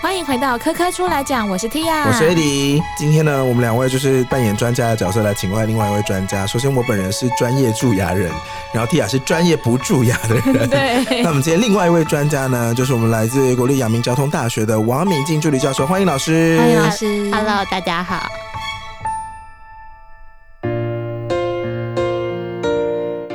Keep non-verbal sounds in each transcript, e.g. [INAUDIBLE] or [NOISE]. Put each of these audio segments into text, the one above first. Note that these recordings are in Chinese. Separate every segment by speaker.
Speaker 1: 欢迎回到科科出来讲，我是
Speaker 2: 啊
Speaker 1: Tia，
Speaker 3: 我是 e d d 今天呢，我们两位就是扮演专家的角色来请外另外一位专家。首先，我本人是专业蛀牙人，然后 Tia 是专业不蛀牙的
Speaker 2: [LAUGHS]
Speaker 3: 人。
Speaker 1: 对
Speaker 3: [LAUGHS] 那，我们今天另外一位专家呢，就是我们来自国立阳明交通大学的王敏静助理教授，欢迎老师。
Speaker 2: 哎
Speaker 1: 欢迎老师
Speaker 2: Hello，大家好。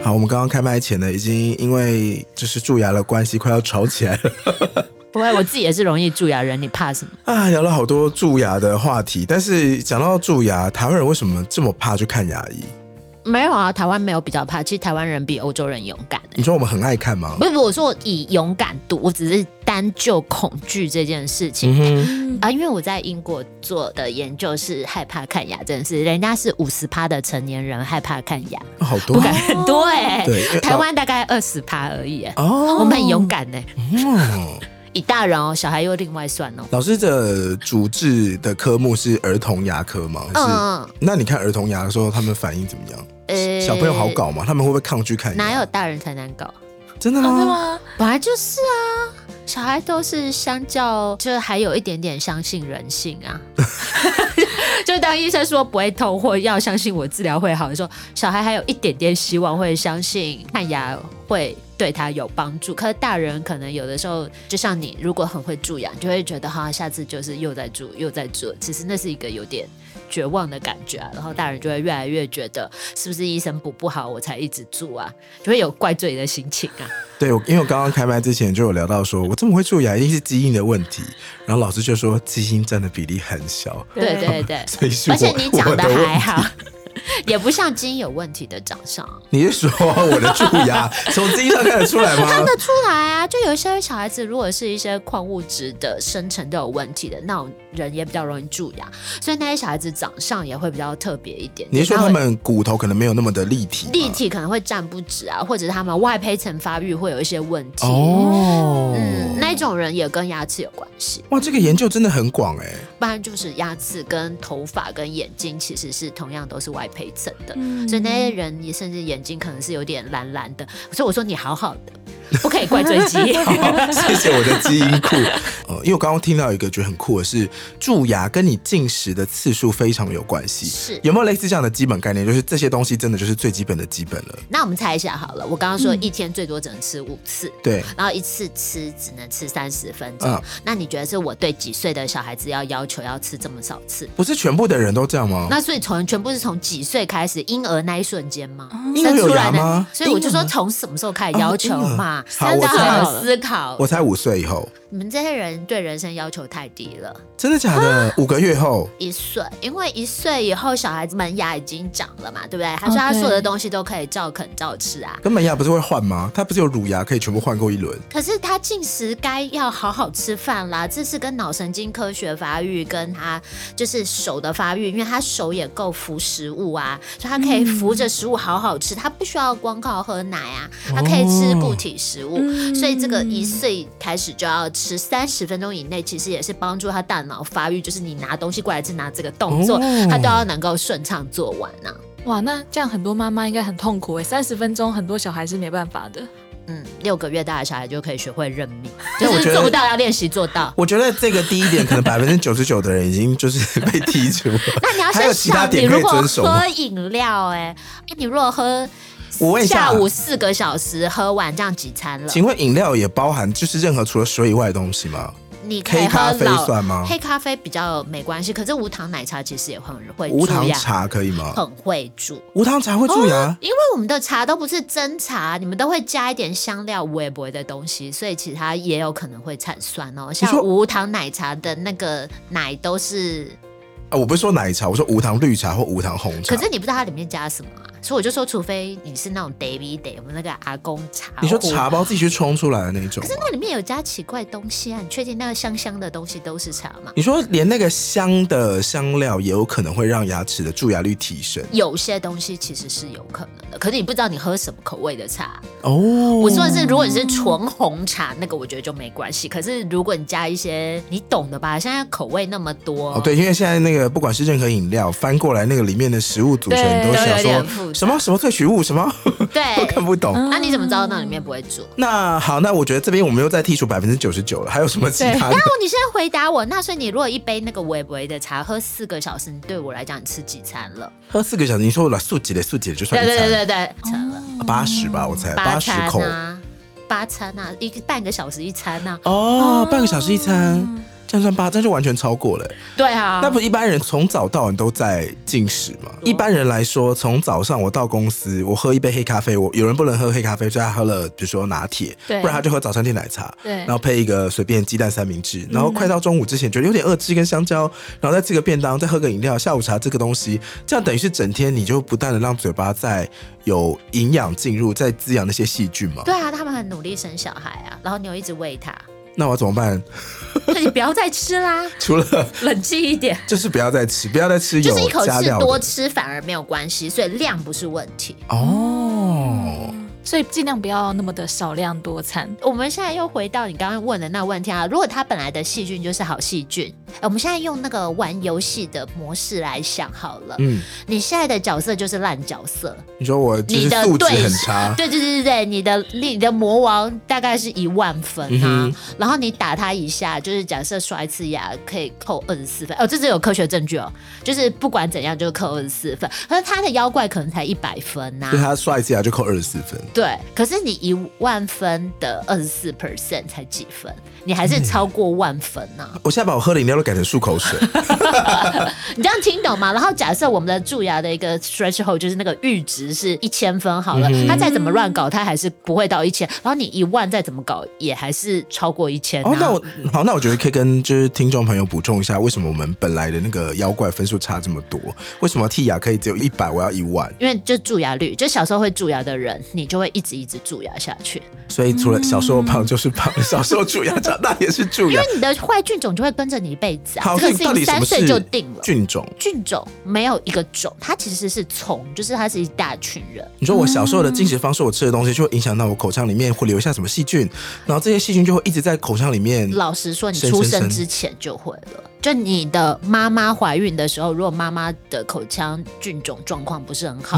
Speaker 3: 好，我们刚刚开麦前呢，已经因为就是蛀牙的关系快要吵起来了 [LAUGHS]
Speaker 2: 不会，我自己也是容易蛀牙人，你怕什么？
Speaker 3: 啊，聊了好多蛀牙的话题。但是讲到蛀牙，台湾人为什么这么怕去看牙医？
Speaker 2: 没有啊，台湾没有比较怕，其实台湾人比欧洲人勇敢、欸。
Speaker 3: 你说我们很爱看吗
Speaker 2: 不？是，不是我说我以勇敢度，我只是单就恐惧这件事情、
Speaker 3: 嗯哼，
Speaker 2: 啊，因为我在英国做的研究是害怕看牙这件事，人家是五十趴的成年人害怕看牙，
Speaker 3: 哦好多
Speaker 2: 不敢看多哎、
Speaker 3: 对因为
Speaker 2: 台湾大概二十趴而已、欸，
Speaker 3: 哦
Speaker 2: 我们很勇敢呢、欸
Speaker 3: 嗯
Speaker 2: 以大人哦，小孩又另外算哦。
Speaker 3: 老师的主治的科目是儿童牙科吗？还是
Speaker 2: 嗯嗯
Speaker 3: 那你看儿童牙的时候，他们反应怎么样？
Speaker 2: 呃
Speaker 3: 小朋友好，搞吗？他们会不会抗拒看牙？
Speaker 2: 哪有哦大人才难搞？
Speaker 3: 真的吗？
Speaker 1: 真的吗？
Speaker 2: 本来就是啊，小孩都是相较，就是还有一点点相信人性啊。 [LAUGHS] 就当医生说不会痛或要相信我治疗会好的时候，小孩还有一点点希望会相信看牙会对他有帮助。可是大人可能有的时候，就像你如果很会蛀牙，你就会觉得哈，下次就是又在蛀又在蛀，其实那是一个有点。绝望的感觉啊，然后大人就会越来越觉得是不是医生补不好我才一直蛀啊，就会有怪罪的心情啊。
Speaker 3: 对，我因为我刚刚开麦之前就有聊到说，我这么会蛀牙，一定是基因的问题。然后老师就说，基因占的比例很小，
Speaker 2: 对对
Speaker 3: [LAUGHS]
Speaker 2: 对，
Speaker 3: 所以是我
Speaker 2: 而且你长得
Speaker 3: 我的问
Speaker 2: 还好， [LAUGHS] 也不像基因有问题的长相，啊
Speaker 3: 你是说我的蛀
Speaker 2: [LAUGHS]
Speaker 3: 牙从基因上看得出来
Speaker 2: 看
Speaker 3: 吗？
Speaker 2: 得出来啊。就有一些小孩子，如果是一些矿物质的生成都有问题的，那种人也比较容易蛀牙，所以那些小孩子长相也会比较特别一点点。
Speaker 3: 你是说他
Speaker 2: 那会
Speaker 3: 们骨头可能没有那么的立体吗？
Speaker 2: 立体可能会站不直啊，或者是他们外胚层发育会有一些问题。
Speaker 3: 哦，
Speaker 2: 嗯，那种人也跟牙齿有关系，
Speaker 3: 哇，这个研究真的很广哎、
Speaker 2: 不然就是牙齿跟头发跟眼睛其实是同样都是外胚层的，
Speaker 1: 嗯
Speaker 2: 所以那些人也甚至眼睛可能是有点蓝蓝的。所以我说你好好的，不可以怪罪基
Speaker 1: [LAUGHS]
Speaker 2: 因。
Speaker 3: [LAUGHS] 谢谢我的基因库。呃，因为我刚刚听到一个觉得很酷的是，蛀牙跟你进食的次数非常有关系。
Speaker 2: 是，
Speaker 3: 有没有类似这样的基本概念？就是这些东西真的就是最基本的基本了。
Speaker 2: 那我们猜一下好了。我刚刚说
Speaker 1: 嗯
Speaker 2: 一天最多只能吃五次，
Speaker 3: 对，
Speaker 2: 然后一次吃只能吃三十分钟。
Speaker 3: 嗯
Speaker 2: 那你觉得是我对几岁的小孩子要要求要吃这么少次？
Speaker 3: 不是全部的人都这样吗？
Speaker 2: 那所以从全部是从几岁开始，婴儿那一瞬间吗？
Speaker 3: 啊婴儿有牙吗？
Speaker 2: 所以我就说
Speaker 3: 婴儿
Speaker 2: 从什么时候开始要求嘛？
Speaker 3: 好
Speaker 2: 大
Speaker 3: 我
Speaker 2: 家
Speaker 3: 知道
Speaker 2: 好
Speaker 3: 了
Speaker 2: 好思考
Speaker 3: 我。才五岁以后，
Speaker 2: 你们这些人对人生要求太低了。
Speaker 3: 真的假
Speaker 2: 啊
Speaker 3: 的？五个月后，
Speaker 2: 一岁，因为一岁以后小孩子门牙已经长了嘛，对不对？他说
Speaker 1: 哦
Speaker 2: 他
Speaker 1: 对
Speaker 2: 所有的东西都可以照啃照吃啊。
Speaker 3: 跟门牙不是会换吗？它不是有乳牙可以全部换过一轮？
Speaker 2: 可是他进食该要好好吃饭啦，这是跟脑神经科学发育，跟他就是手的发育，因为他手也够扶食物啊，所以他可
Speaker 1: 嗯
Speaker 2: 以扶着食物好好吃，他不需要光靠喝奶啊，他可以吃固体食物，
Speaker 1: 哦嗯
Speaker 2: 所以这个一岁开始就要吃三十分钟以内，其实也是帮助他大脑发育，就是你拿东西过来是拿这个动作，
Speaker 3: 哦
Speaker 2: 他都要能够顺畅做完啊。
Speaker 1: 哇，那这样很多妈妈应该很痛苦哎，三十分钟很多小孩是没办法的。
Speaker 2: 嗯，六个月大的小孩就可以学会认 [LAUGHS] 命，
Speaker 3: 但
Speaker 2: 就
Speaker 3: 我觉
Speaker 2: 是
Speaker 3: 得
Speaker 2: 做不到要练习做到。
Speaker 3: 我觉得这个第一点，可
Speaker 2: [LAUGHS]
Speaker 3: 能百分之九十九的人已经就是被剔除了。
Speaker 2: 那你要
Speaker 3: 还有
Speaker 2: 先
Speaker 3: 其他
Speaker 2: 想，你
Speaker 3: 点可
Speaker 2: 如
Speaker 3: 以
Speaker 2: 果
Speaker 3: 遵守吗
Speaker 2: 喝饮料、哎，哎，你如果喝
Speaker 3: 我问一下
Speaker 2: 下午四个小时喝完，这样几餐了？
Speaker 3: 请问饮料也包含就是任何除了水以外的东西吗？
Speaker 2: 你可以
Speaker 3: 黑咖
Speaker 2: 喝
Speaker 3: 啡
Speaker 2: 老
Speaker 3: 算吗
Speaker 2: 黑咖啡比较没关系，可是无糖奶茶其实也很会
Speaker 3: 无
Speaker 2: 蛀
Speaker 3: 糖
Speaker 2: 牙，
Speaker 3: 茶可以吗？
Speaker 2: 很会蛀。
Speaker 3: 无糖茶会蛀牙？
Speaker 2: 因为我们的茶都不是真茶，你们都会加一点香料、微博的东西，所以其实它也有可能会产酸哦。像
Speaker 3: 说
Speaker 2: 无糖奶茶的那个奶都是
Speaker 3: 啊，我不是说奶茶，我说无糖绿茶或无糖红茶。
Speaker 2: 可是你不知道它里面加什么、啊，所以我就说，除非你是那种 David Day，我们那个阿公茶壶，
Speaker 3: 你说茶包自己去冲出来的那种吗
Speaker 2: 可是？那里面有加奇怪东西啊？你确定那个香香的东西都是茶吗？
Speaker 3: 你说连那个香的香料也有可能会让牙齿的蛀牙率提升
Speaker 2: 有些东西其实是有可能的，可是你不知道你喝什么口味的茶。
Speaker 3: 哦。
Speaker 2: 我说的是，如果你是纯红茶，那个我觉得就没关系。可是如果你加一些，你懂的吧？现在口味那么多，
Speaker 3: 哦哦，对，因为现在那个不管是任何饮料，翻过来那个里面的食物组成，
Speaker 1: 对
Speaker 3: 你都会想
Speaker 2: 都有点复
Speaker 3: 说
Speaker 2: 杂嗯
Speaker 3: 什么什么萃取物什么， [LAUGHS]
Speaker 2: 对
Speaker 3: 都，看不懂。
Speaker 2: 那你怎么知道那里面不会煮？哦
Speaker 3: 那好，那我觉得这边我们又再剔除百分之九十九了，还有什么其他的？
Speaker 2: 那你现在回答我，那所以你如果一杯那个微微的茶喝四个小时，你对我来讲，你吃几餐了？
Speaker 3: 喝四个小时，你说我了素几的素几的就算
Speaker 2: 对
Speaker 3: 一
Speaker 2: 对
Speaker 3: 餐
Speaker 2: 对对对，成了
Speaker 3: 啊八十吧，我猜
Speaker 2: 嗯
Speaker 3: 八十
Speaker 2: 餐
Speaker 3: 口
Speaker 2: 啊，八餐啊，一个半个小时一餐啊，
Speaker 3: 哦，半个小时一餐，这样算八，这样就完全超过了欸。
Speaker 2: 对啊，
Speaker 3: 那不一般人从早到晚都在进食吗？一般人来说，从早上我到公司，我喝一杯黑咖啡，我有人不能喝黑咖啡，所以他喝了比如说拿铁，
Speaker 1: 对
Speaker 3: 不然他就喝早餐店奶茶，
Speaker 1: 对
Speaker 3: 然后配一个随便鸡蛋三明治，然后快到中午之前觉得有点饿，吃一根香蕉，然后再吃个便当，再喝个饮料，下午茶这个东西，这样等于是整天你就不断的让嘴巴在有营养进入，在滋养那些细菌嘛。
Speaker 2: 对啊，他们很努力生小孩啊，然后你又一直喂他，
Speaker 3: 那我要怎么办？
Speaker 2: 那你不要再吃啦，
Speaker 3: [LAUGHS] 除了
Speaker 2: 冷静一点，
Speaker 3: 就是不要再吃，不要再吃有
Speaker 2: 就是一口
Speaker 3: 加
Speaker 2: 气
Speaker 3: 料的
Speaker 2: 多吃反而没有关系，所以量不是问题。
Speaker 3: 哦。
Speaker 1: 嗯所以尽量不要那么的少量多餐。
Speaker 2: 我们现在又回到你刚刚问的那问题啊，如果它本来的细菌就是好细菌，哎我们现在用那个玩游戏的模式来想好了，
Speaker 3: 嗯，
Speaker 2: 你现在的角色就是烂角色，
Speaker 3: 你说我就是
Speaker 2: 你的
Speaker 3: 素质
Speaker 2: 对
Speaker 3: 很
Speaker 2: 手
Speaker 3: 差， [LAUGHS]
Speaker 2: 对对对对对，你的你的魔王大概是一万分啊，
Speaker 3: 嗯哼
Speaker 2: 然后你打他一下，就是假设刷一次牙可以扣二十四分，哦，这是有科学证据哦，就是不管怎样就扣二十四分，可是他的妖怪可能才一百分啊呐、
Speaker 3: 所以他刷一次牙就扣二十四分。
Speaker 2: 对，可是你一万分的二十四 percent 才几分，你还是超过万分啊呢、
Speaker 3: 我现在把我喝的饮料都改成漱口
Speaker 2: [LAUGHS]
Speaker 3: 水，
Speaker 2: 你这样听懂吗？然后假设我们的蛀牙的一个 threshold 就是那个阈值是一千分好
Speaker 3: 嗯
Speaker 2: 了，它再怎么乱搞，它还是不会到一千。然后你一万再怎么搞，也还是超过一千、啊。
Speaker 3: 哦，那我好，那我觉得可以跟就是听众朋友补充一下，为什么我们本来的那个妖怪分数差这么多？为什么剔牙可以只有一百，我要一万？
Speaker 2: 因为就蛀牙率，就小时候会蛀牙的人，你就会一直一直蛀牙下去，
Speaker 3: 所以除了小时候胖就是胖，小时候蛀牙，长大也是蛀牙
Speaker 2: 嗯因。为你的坏菌种就会跟着你一辈子啊。
Speaker 3: 好，所
Speaker 2: 这个
Speaker 3: 以
Speaker 2: 事
Speaker 3: 到
Speaker 2: 情
Speaker 3: 底什
Speaker 2: 三
Speaker 3: 么
Speaker 2: 岁
Speaker 3: 是
Speaker 2: 就定了。
Speaker 3: 菌种？
Speaker 2: 菌种没有一个种，它其实是从，就是它是一大群人。
Speaker 3: 你说我小时候的进食方式，我吃的东西就会影响到我口腔里面会留下什么细菌，然后这些细菌就会一直在口腔里面。
Speaker 2: 老实说，你
Speaker 3: 生
Speaker 2: 出
Speaker 3: 生
Speaker 2: 生
Speaker 3: 生
Speaker 2: 之前就会了。就你的妈妈怀孕的时候，如果妈妈的口腔菌种状况不是很好，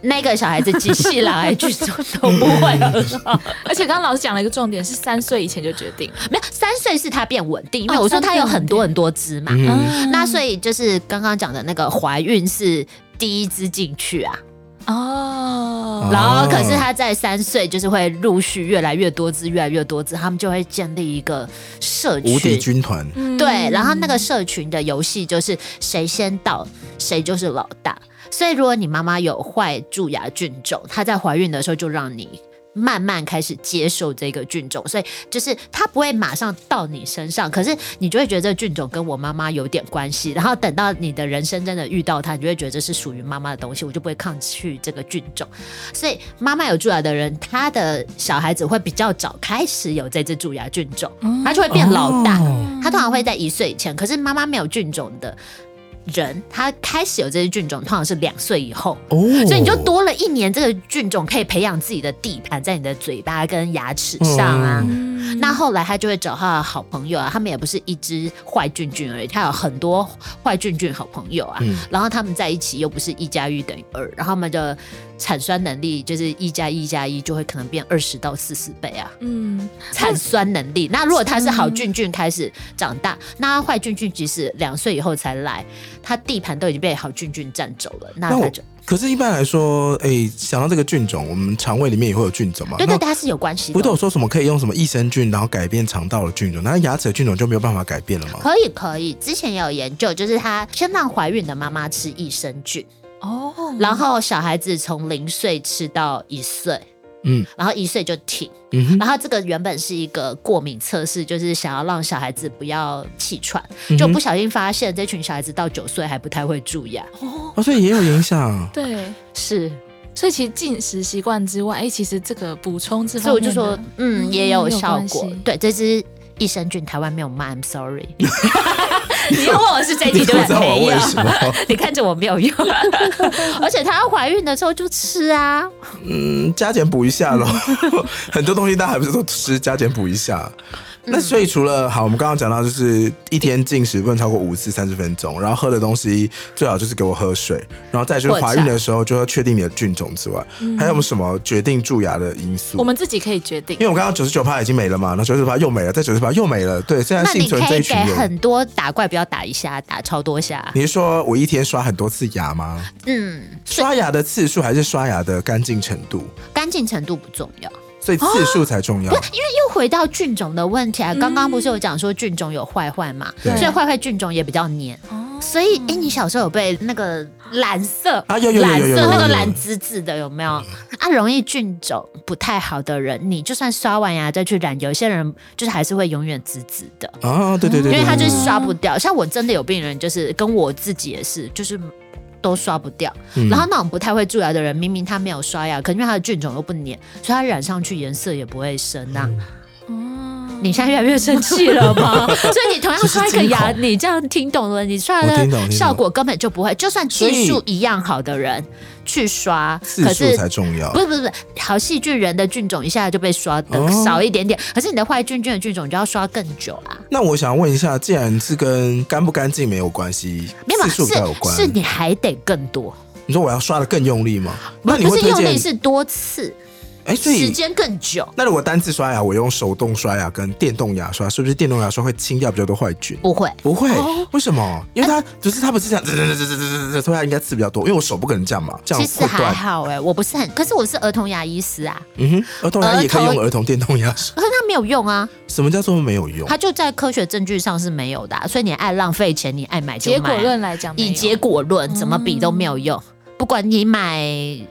Speaker 2: 那个小孩子即细老 [LAUGHS] 癌菌种都不会很好。
Speaker 1: 而且刚刚老师讲了一个重点，是三岁以前就决定。
Speaker 2: 没有，三岁是他变稳定，因为
Speaker 1: 哦
Speaker 2: 我说
Speaker 1: 三
Speaker 2: 他
Speaker 1: 变
Speaker 2: 有
Speaker 1: 稳
Speaker 2: 很多很多只嘛。
Speaker 3: 嗯，
Speaker 1: 啊
Speaker 2: 那所以就是刚刚讲的那个怀孕是第一只进去啊，
Speaker 1: 哦，
Speaker 2: 然后可是他在三岁就是会陆续越来越多只，越来越多只，他们就会建立一个社群。
Speaker 3: 无敌军团，
Speaker 1: 嗯
Speaker 2: 对，然后那个社群的游戏就是谁先到谁就是老大。所以如果你妈妈有坏蛀牙菌种，她在怀孕的时候就让你。慢慢开始接受这个菌种，所以就是它不会马上到你身上，可是你就会觉得这菌种跟我妈妈有点关系。然后等到你的人生真的遇到它，你就会觉得这是属于妈妈的东西，我就不会抗拒这个菌种。所以妈妈有蛀牙的人，他的小孩子会比较早开始有这只蛀牙菌种，他就会变老大。
Speaker 1: 嗯
Speaker 3: 哦
Speaker 2: 他通常会在一岁以前，可是妈妈没有菌种的人，他开始有这些菌种，通常是两岁以后。
Speaker 3: 哦
Speaker 2: 所以你就多了一年，这个菌种可以培养自己的地盘，在你的嘴巴跟牙齿上啊。
Speaker 3: 嗯
Speaker 1: 嗯
Speaker 2: 那后来他就会找他的好朋友啊，他们也不是一只坏菌菌而已，他有很多坏菌菌好朋友啊。
Speaker 3: 嗯
Speaker 2: 然后他们在一起又不是一加一等于二，然后他们的产酸能力就是一加一加一就会可能变二十到四十倍啊。
Speaker 1: 嗯，
Speaker 2: 产酸能力。那如果它是好菌菌开
Speaker 3: 嗯
Speaker 2: 始长大，那坏菌菌即使两岁以后才来，它地盘都已经被好菌菌占走了，那
Speaker 3: 那
Speaker 2: 它
Speaker 3: 我
Speaker 2: 就
Speaker 3: 可是，一般来说，哎、想到这个菌种，我们肠胃里面也会有菌种嘛。
Speaker 2: 对对，
Speaker 3: 那
Speaker 2: 对它是有关系
Speaker 3: 不都有
Speaker 2: 的。
Speaker 3: 说什么可以用什么益生菌，然后改变肠道的菌种？那牙齿的菌种就没有办法改变了吗？
Speaker 2: 可以可以，之前也有研究，就是她先让怀孕的妈妈吃益生菌，
Speaker 1: 哦，
Speaker 3: 嗯
Speaker 2: 然后小孩子从零岁吃到一岁，
Speaker 3: 嗯
Speaker 2: 然后一岁就停。
Speaker 3: 嗯哼，
Speaker 2: 然后这个原本是一个过敏测试，就是想要让小孩子不要气喘，
Speaker 3: 嗯哼
Speaker 2: 就不小心发现这群小孩子到九岁还不太会蛀牙。
Speaker 3: 哦，所以也有影响。
Speaker 1: 对，
Speaker 2: 是，
Speaker 1: 所以其实进食习惯之外，哎，其实这个补充这
Speaker 2: 所
Speaker 1: 方
Speaker 2: 以我
Speaker 1: 面
Speaker 2: 就
Speaker 1: 的，
Speaker 2: 说，嗯，
Speaker 1: 嗯
Speaker 2: 也有效
Speaker 1: 有
Speaker 2: 果
Speaker 1: 关系。
Speaker 3: [LAUGHS]
Speaker 2: 对，这支益生菌台湾没有卖，I'm sorry。你又问我是这一
Speaker 3: 你 [LAUGHS]
Speaker 2: 题
Speaker 3: 不
Speaker 2: 对
Speaker 3: 知道我
Speaker 2: 没有
Speaker 3: 为，什么？
Speaker 2: 你看着我没有用， [LAUGHS] 而且她要怀孕的时候就吃啊，
Speaker 3: 嗯，加减补一下
Speaker 2: [LAUGHS]
Speaker 3: 咯。很多东西大家还不是都吃加减补一下。
Speaker 2: 嗯
Speaker 3: 那所以除了好，我们刚刚讲到就是一天进食不能超过五次三十分钟，然后喝的东西最好就是给我喝水，然后再就是怀孕的时候就要确定你的菌种之外，
Speaker 2: 嗯
Speaker 3: 还有没有什么决定蛀牙的因素
Speaker 1: 我？们自己可以决定
Speaker 3: 因。为我刚刚九十九趴已经没了嘛，然后九十趴又没了，再九十趴又没了，对，现在
Speaker 2: 那
Speaker 3: 幸
Speaker 2: 你
Speaker 3: 存
Speaker 2: 可
Speaker 3: 这
Speaker 2: 以
Speaker 3: 一
Speaker 2: 给
Speaker 3: 群人。
Speaker 2: 很多打怪，不要打一下，打超多下。
Speaker 3: 你是说我一天刷很多次牙吗？
Speaker 2: 嗯，
Speaker 3: 刷牙的次数还是刷牙的干净程度？
Speaker 2: 干净程度不重要。
Speaker 3: 所以次数才重要。
Speaker 2: 又回到菌种的问题啊，刚刚不是有讲说菌种有坏坏嘛，
Speaker 3: 嗯对
Speaker 2: 所以坏坏菌种也比较黏。所以，哎，你小时候有被那个染色
Speaker 3: 啊有有有
Speaker 2: 染
Speaker 3: 有有嗯
Speaker 2: 色
Speaker 3: 有
Speaker 2: 那个
Speaker 3: 有
Speaker 2: 染紫紫的有没有？啊，容易菌种不太好的人，你就算刷完牙再去染，有些人就是还是会永远紫紫的。
Speaker 3: 啊，对对对对，
Speaker 2: 因为他就
Speaker 3: 对
Speaker 2: 是刷不掉。像我真的有病人，就是跟我自己也是，就是都刷不掉。
Speaker 3: 嗯
Speaker 2: 然后那种不太会蛀牙的人，明明他没有刷牙，可因为他的菌种又不粘，所以他染上去颜色也不会深呐、
Speaker 3: 嗯
Speaker 2: 你现在越来越生气
Speaker 3: [LAUGHS]
Speaker 2: 了吗？所以你同样刷一个牙，
Speaker 3: 这是惊恐
Speaker 2: 你这样听懂了，你刷
Speaker 3: 我听懂
Speaker 2: 的
Speaker 3: 听懂
Speaker 2: 效果根本就不会。就算
Speaker 3: 所以
Speaker 2: 技术一样好的人去刷，
Speaker 3: 次
Speaker 2: 可
Speaker 3: 数
Speaker 2: 是
Speaker 3: 才重要
Speaker 2: 不。是不是不是，好细菌人的菌种一下就被刷的
Speaker 3: 哦
Speaker 2: 少一点点，可是你的坏菌菌的菌种就要刷更久啊啦、
Speaker 3: 那我想问一下，既然是跟干不干净没有关系，
Speaker 2: 没有
Speaker 3: 次数比较有
Speaker 2: 是
Speaker 3: 关，
Speaker 2: 是你还得更多，
Speaker 3: 你说我要刷的更用力吗？那你
Speaker 2: 不
Speaker 3: 会
Speaker 2: 是
Speaker 3: 推
Speaker 2: 用
Speaker 3: 荐
Speaker 2: 力？是多次，
Speaker 3: 哎，所
Speaker 2: 时
Speaker 3: 以
Speaker 2: 间更久，
Speaker 3: 那如果单次刷牙，我用手动刷牙跟电动牙刷，是不是电动牙刷会清掉比较多坏菌？
Speaker 2: 不会。
Speaker 3: 不会，
Speaker 2: 哦
Speaker 3: 为什么？因为
Speaker 2: 啊
Speaker 3: 它不是它不是这样，滋滋滋滋滋滋滋，所以它应该刺比较多，因为我手不可能这样嘛，这样
Speaker 2: 其实
Speaker 3: 会
Speaker 2: 还
Speaker 3: 断。
Speaker 2: 好哎、我不是很，可是我是儿童牙医师啊，
Speaker 3: 嗯哼，儿童牙也可以
Speaker 2: 儿童
Speaker 3: 用儿童电动牙刷，
Speaker 2: 可是那没有用啊，
Speaker 3: 什么叫做没有用？
Speaker 2: 它就在科学证据上是没有的啊、所以你爱浪费钱，你爱买就
Speaker 1: 结
Speaker 2: 买
Speaker 1: 果
Speaker 2: 啊、
Speaker 1: 论嗯来讲，
Speaker 2: 以结
Speaker 1: 果
Speaker 2: 果论怎么比都没有用。不管你买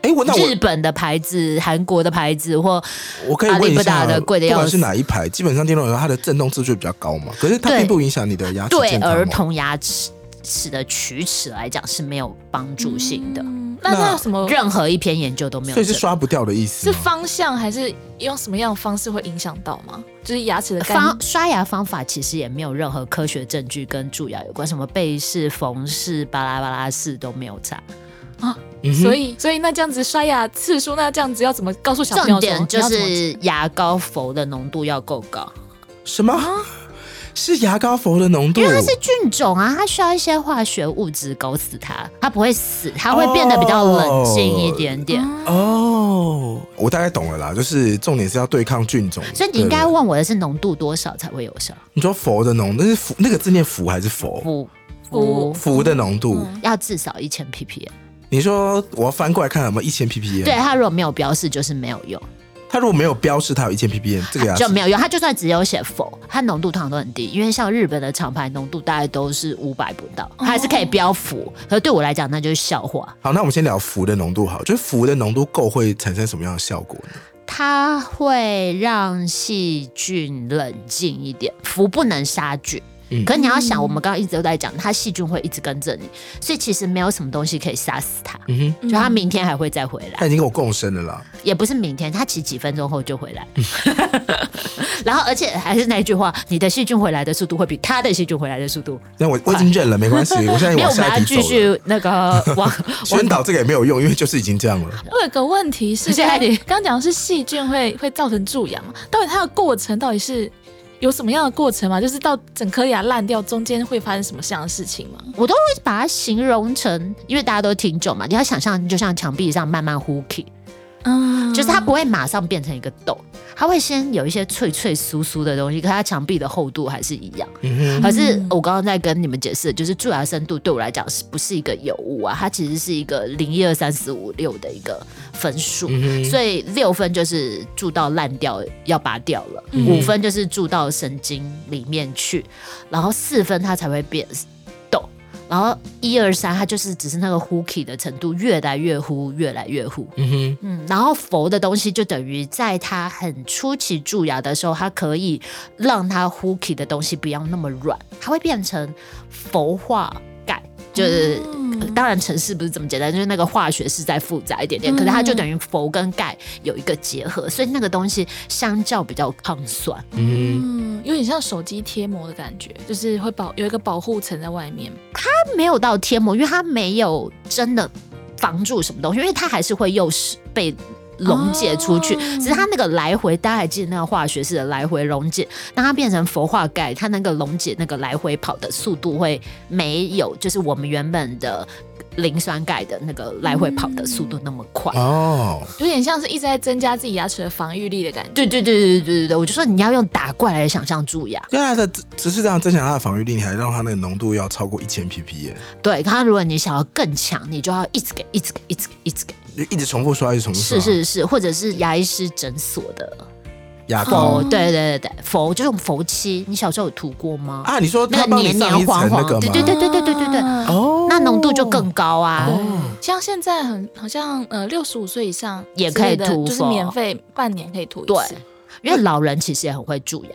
Speaker 3: 哎我那我
Speaker 2: 日本的牌子、韩国的牌子或
Speaker 3: 我可以问一
Speaker 2: 阿
Speaker 3: 下，
Speaker 2: 里不达的贵得
Speaker 3: 不
Speaker 2: 要死
Speaker 3: 管是哪一排，基本上电动牙刷它的震动次数比较高嘛，可是它
Speaker 2: 对
Speaker 3: 并不影响你的牙齿
Speaker 2: 对
Speaker 3: 健康嘛
Speaker 2: 儿童牙齿齿的龋齿来讲是没有帮助性的。
Speaker 1: 嗯那
Speaker 3: 那
Speaker 1: 那有什么
Speaker 2: 任何一篇研究都没有
Speaker 3: 所
Speaker 2: 证
Speaker 3: 以是
Speaker 2: 明。
Speaker 3: 刷不掉的意
Speaker 1: 是
Speaker 3: 思吗。
Speaker 1: 方向还是用什么样的方式会影响到吗？就是牙齿的干
Speaker 2: 方刷牙方法其实也没有任何科学证据跟蛀牙有关，什么背式、缝式、巴拉巴拉式都没有差。
Speaker 3: 嗯哼
Speaker 1: 所以，所以那这样子刷牙次数，那这样子要怎么告诉小朋友
Speaker 2: 重
Speaker 1: 说？
Speaker 2: 点就
Speaker 1: 你要怎么
Speaker 2: 是牙膏氟的浓度要够高，
Speaker 3: 什么？是牙膏氟的浓度？
Speaker 2: 啊因为它是菌种啊，它需要一些化学物质搞死它，它不会死，它会变得比较冷静一点点。
Speaker 3: 哦，我大概懂了啦，就是重点是要对抗菌种。
Speaker 2: 所以你应
Speaker 3: 对
Speaker 2: 该
Speaker 3: 不对
Speaker 2: 问我的是浓度多少才会有效？
Speaker 3: 你说氟的浓，那是氟那个字念氟还是氟？
Speaker 2: 不
Speaker 1: 氟
Speaker 2: 不，
Speaker 3: 氟的浓度，
Speaker 2: 要至少一千 ppm。
Speaker 3: 你说我要翻过来看有没有一千 ppm？
Speaker 2: 对，它如果没有标示，就是没有用，
Speaker 3: 它如果没有标示它有一千 ppm，这个牙齿
Speaker 2: 啊就没有用。它就算只有写否，它浓度通常都很低，因为像日本的厂牌浓度大概都是五百不到，它还是可以标氟。可是对我来讲，那就是笑话。
Speaker 3: 好，那我们先聊氟的浓度好，就是氟的浓度够会产生什么样的效果呢？
Speaker 2: 它会让细菌冷静一点，氟不能杀菌。
Speaker 3: 嗯
Speaker 2: 可是你要想，我们刚刚一直都在讲，它细菌会一直跟着你，所以其实没有什么东西可以杀死它，
Speaker 3: 嗯哼。
Speaker 2: 就它明天还会再回来。
Speaker 3: 他已经跟我共生了啦。
Speaker 2: 也不是明天，他其实几分钟后就回 [LAUGHS] 来。然后，而且还是那一句话，你的细菌回来的速度会比他的细菌回来的速度。
Speaker 3: 那我我已经认了，没关系，哎我现在
Speaker 2: [LAUGHS] 没有，
Speaker 3: 往
Speaker 2: 我们
Speaker 3: 下
Speaker 2: 要
Speaker 3: 一
Speaker 2: 继
Speaker 3: 题走了。
Speaker 2: 续那个往 [LAUGHS] 往
Speaker 3: 宣导这个也没有用，因为就是已经这样了。
Speaker 1: 我有个问题是，
Speaker 2: 现在
Speaker 1: 刚
Speaker 2: 你
Speaker 1: [LAUGHS] 刚讲的是细菌会会造成蛀牙嘛？到底它的过程到底是有什么样的过程吗？就是到整颗牙烂掉中间会发生什么样的事情吗？
Speaker 2: 我都会把它形容成，因为大家都挺久嘛，你要想象就像墙壁上慢慢呼气，
Speaker 1: 嗯，
Speaker 2: 就是它不会马上变成一个洞，它会先有一些脆脆酥酥的东西，可它墙壁的厚度还是一样。
Speaker 3: 嗯
Speaker 2: 可是我刚刚在跟你们解释，就是蛀牙深度对我来讲是不是一个有误啊？它其实是一个零一二三四五六的一个分数，
Speaker 3: 嗯
Speaker 2: 所以六分就是蛀到烂掉要拔掉了，五、分就是蛀到神经里面去，然后四分它才会变痘，然后一二三它就是只是那个呼气的程度越来越呼，越来越呼。
Speaker 3: 哼，嗯
Speaker 2: 嗯，然后氟的东西就等于在它很初期蛀牙的时候，它可以让它呼起的东西不要那么软，它会变成氟化钙，就是、呃当然城市不是这么简单，就是那个化学是再复杂一点点，可是它就等于氟跟钙有一个结合，所以那个东西相较比较抗酸。
Speaker 3: 嗯，
Speaker 1: 嗯，有点像手机贴膜的感觉，就是会保有一个保护层在外面。
Speaker 2: 没有到贴膜，因为它没有真的防住什么东西，因为它还是会又是被溶解出去，
Speaker 1: 哦
Speaker 2: 只是它那个来回，大家还记得那个化学式的来回溶解，当它变成氟化钙，它那个溶解那个来回跑的速度会没有，就是我们原本的磷酸钙的那个来回跑的速度那么快。
Speaker 3: 哦，
Speaker 1: 有点像是一直在增加自己牙齿的防御力的感觉。
Speaker 2: 对对对对对对对，我就说你要用打怪来想象蛀牙。
Speaker 3: 对啊，它只只是这样增强它的防御力，你还让它那个浓度要超过一千 E，pp 耶，
Speaker 2: 对，它如果你想要更强，你就要一直给，一直给，一直给，一直给。
Speaker 3: 就一直重复刷，一直重复刷，
Speaker 2: 是是是，或者是牙医师诊所的
Speaker 3: 牙膏
Speaker 2: 佛，
Speaker 1: 哦
Speaker 2: 对对对对，佛就是用佛漆。你小时候有涂过吗？
Speaker 3: 啊，你说
Speaker 2: 那
Speaker 3: 它
Speaker 2: 个
Speaker 3: 帮你
Speaker 2: 黏
Speaker 3: 上一
Speaker 2: 黏
Speaker 3: 层
Speaker 2: 黄
Speaker 3: 那
Speaker 2: 黄
Speaker 3: 个吗？，
Speaker 2: 对对对对对对对对，
Speaker 1: 啊
Speaker 3: 哦，
Speaker 2: 那浓度就更高啊。
Speaker 3: 哦，
Speaker 1: 像现在很好像呃六十五岁以上
Speaker 2: 也可以
Speaker 1: 之类的
Speaker 2: 涂
Speaker 1: 就是
Speaker 2: 否
Speaker 1: 免费半年可以涂一
Speaker 2: 对
Speaker 1: 次。
Speaker 2: 因为老人其实也很会蛀牙，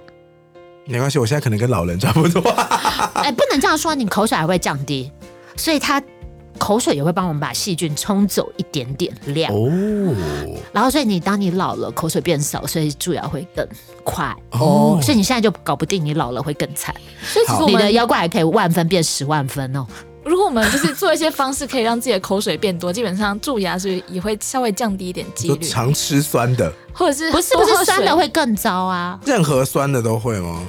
Speaker 3: 没关系，我现在可能跟老人差不多。啊
Speaker 1: 啊
Speaker 2: 哎，不能这样说，你口水还会降低，所以它口水也会帮我们把细菌冲走一点点量。
Speaker 3: 哦，
Speaker 2: 然后，所以你当你老了，口水变少，所以蛀牙会更快
Speaker 3: 哦
Speaker 2: 所以你现在就搞不定，你老了会更惨。
Speaker 1: 所以其实
Speaker 3: 好
Speaker 1: 我
Speaker 2: 你的
Speaker 1: 们
Speaker 2: 妖怪还可以万分变十万分
Speaker 1: [LAUGHS]
Speaker 2: 哦。
Speaker 1: 如果我们就是做一些方式可以让自己的口水变多，基本上蛀牙是也会稍微降低一点几
Speaker 3: [LAUGHS] 就
Speaker 1: 率，
Speaker 3: 常吃酸的，
Speaker 1: 或者是
Speaker 2: 不是
Speaker 1: 多
Speaker 2: 不
Speaker 1: 喝
Speaker 2: 是酸
Speaker 1: 水
Speaker 2: 的会更糟啊。
Speaker 3: 任何酸的都会吗？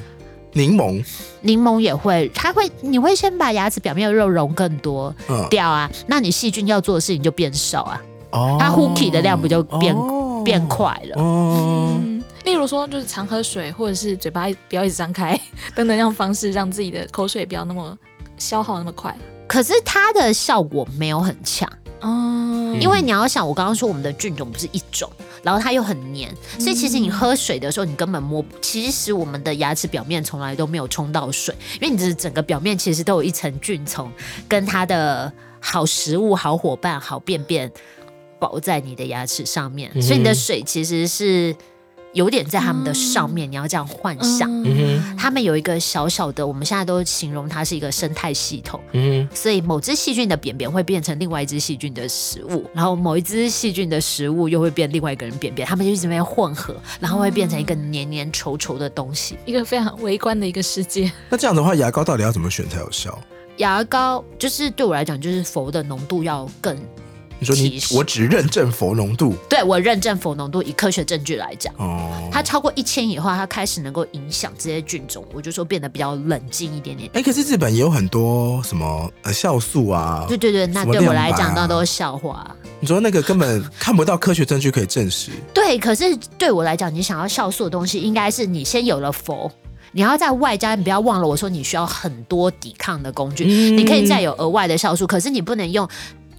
Speaker 3: 柠檬，
Speaker 2: 柠檬也会，它会，你会先把牙齿表面的肉溶更多
Speaker 3: 嗯，
Speaker 2: 掉啊，那你细菌要做的事情就变少啊，
Speaker 3: 哦
Speaker 2: 它 hooky 的量不就变、
Speaker 3: 哦
Speaker 2: 变快了？
Speaker 3: 哦，
Speaker 1: 嗯，例如说就是常喝水，或者是嘴巴不要一直张开 [LAUGHS] 等等，样方式让自己的口水不要那么消耗那么快。
Speaker 2: 可是它的效果没有很强，
Speaker 3: 嗯
Speaker 1: 哦
Speaker 2: 因为你要想，我刚刚说我们的菌种不是一种，然后它又很黏，所
Speaker 3: 嗯
Speaker 2: 以其实你喝水的时候，你根本摸不，其实我们的牙齿表面从来都没有冲到水，因为你的整个表面其实都有一层菌丛跟它的好食物、好伙伴、好便便保在你的牙齿上面，
Speaker 3: 嗯哼
Speaker 2: 所以你的水其实是有点在它们的上面，你要这样幻想。
Speaker 3: 嗯
Speaker 2: 它们有一个小小的，我们现在都形容它是一个生态系统，
Speaker 3: 嗯，
Speaker 2: 所以某只细菌的便便会变成另外一只细菌的食物，然后某一只细菌的食物又会变另外一个人便便，他们就一直在那边混合，然后会变成一个黏黏稠稠的东西。
Speaker 1: 一个非常微观的一个世界。
Speaker 3: 那这样的话，牙膏到底要怎么选才有效？
Speaker 2: 牙膏就是对我来讲，就是氟的浓度要更，
Speaker 3: 你说你
Speaker 2: 其，实
Speaker 3: 我只认证氟浓度
Speaker 2: 对我认证氟浓度以科学证据来讲。
Speaker 3: 哦。
Speaker 2: 它超过一千以后，它开始能够影响这些菌种，我就说变得比较冷静一点点。
Speaker 3: 哎，可是日本也有很多什么呃酵素啊
Speaker 2: 对，对对，那
Speaker 3: 什么
Speaker 2: 对我
Speaker 3: 亮
Speaker 2: 来
Speaker 3: 白啊
Speaker 2: 讲，那都是笑话。
Speaker 3: 你说那个根本看不到科学证据可以证实。
Speaker 2: 对，可是对我来讲，你想要酵素的东西，应该是你先有了佛，你要在外加，你不要忘了，我说你需要很多抵抗的工具，
Speaker 3: 嗯
Speaker 2: 你可以再有额外的酵素，可是你不能用。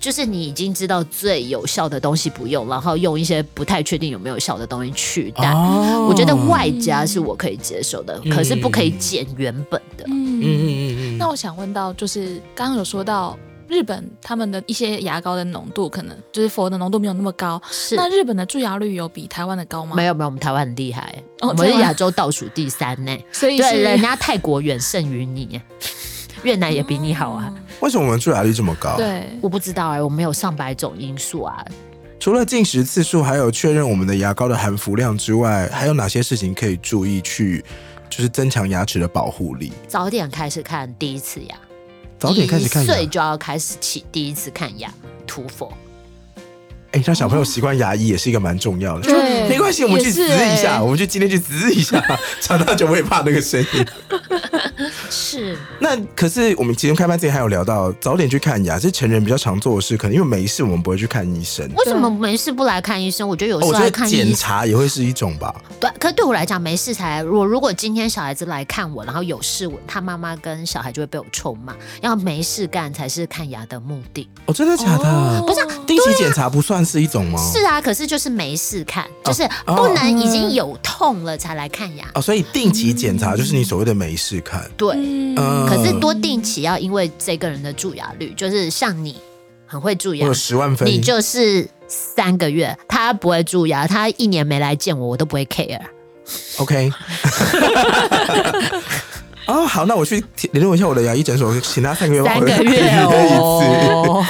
Speaker 2: 就是你已经知道最有效的东西不用，然后用一些不太确定有没有效的东西取代。
Speaker 3: 哦
Speaker 2: 我觉得外加是我可以接受的，可是不可以减原本的。
Speaker 1: 嗯
Speaker 3: 嗯嗯
Speaker 1: [LAUGHS]
Speaker 3: 嗯
Speaker 1: 那我想问到，就是刚刚有说到日本他们的一些牙膏的浓度，可能就是氟的浓度没有那么高。
Speaker 2: 是
Speaker 1: 那日本的蛀牙率有比台湾的高吗？
Speaker 2: 没有没有，我们台湾很厉害，
Speaker 1: 哦
Speaker 2: 我们
Speaker 1: 真
Speaker 2: 是
Speaker 1: 的吗
Speaker 2: 亚洲倒数第三呢。
Speaker 1: 所以
Speaker 2: 对，人
Speaker 1: 是
Speaker 2: 家泰国远胜于你，越南也比你好啊。
Speaker 3: 嗯，为什么我们蛀牙率这么高？
Speaker 1: 对，
Speaker 2: 我不知道哎、我们有上百种因素啊。
Speaker 3: 除了进食次数，还有确认我们的牙膏的含氟量之外，还有哪些事情可以注意去，就是增强牙齿的保护力？
Speaker 2: 早点开始看第一次牙，
Speaker 3: 早点开始看
Speaker 2: 一
Speaker 3: 牙。
Speaker 2: 岁就要开始起第一次看牙，涂氟。
Speaker 3: 哎、让小朋友习惯牙医也是一个蛮重要的。就
Speaker 1: 对
Speaker 3: 没关系，我们去
Speaker 1: 也
Speaker 3: 滋
Speaker 1: 是
Speaker 3: 一下，
Speaker 2: 哎
Speaker 1: 欸
Speaker 3: 我们就今天去滋一
Speaker 2: [LAUGHS]
Speaker 3: 下。长大就不会怕那个声音。
Speaker 2: 是，
Speaker 3: 那可是我们节目开班之前还有聊到，早点去看牙是成人比较常做的事，可能因为没事我们不会去看医生。
Speaker 2: 为什么没事不来看医生？我觉得有
Speaker 3: 哦
Speaker 2: 时
Speaker 3: 我
Speaker 2: 候
Speaker 3: 觉
Speaker 2: 来
Speaker 3: 得
Speaker 2: 看
Speaker 3: 检
Speaker 2: 医生，
Speaker 3: 查也会是一种吧。
Speaker 2: 对，可对我来讲没事才来。我如果今天小孩子来看我，然后有事我，他妈妈跟小孩就会被我臭骂。要没事干才是看牙的目的。
Speaker 3: 哦，真的假的？
Speaker 1: 哦
Speaker 2: 不是啊
Speaker 3: 定期检查不算是一种吗？
Speaker 2: 是啊，可是就是没事看，就是
Speaker 3: 哦
Speaker 2: 不能已经有痛了才来看牙。
Speaker 3: 哦，所以定期检查就是你所谓的没事看。
Speaker 2: 对，
Speaker 1: 嗯
Speaker 3: 嗯
Speaker 2: 可是多定期要因为这个人的蛀牙率，就是像你很会蛀
Speaker 3: 我
Speaker 2: 牙
Speaker 3: 有，十万分，
Speaker 2: 你就是三个月，他不会蛀牙，他一
Speaker 3: 哦
Speaker 2: 年没来见我，我都不会 care。
Speaker 3: OK。 [LAUGHS] 哦，好，那我去联络一下我的牙医诊所，请他三个月帮
Speaker 2: 三
Speaker 3: 我
Speaker 2: 个
Speaker 3: 预
Speaker 2: 月
Speaker 3: 约一次。
Speaker 2: 哦。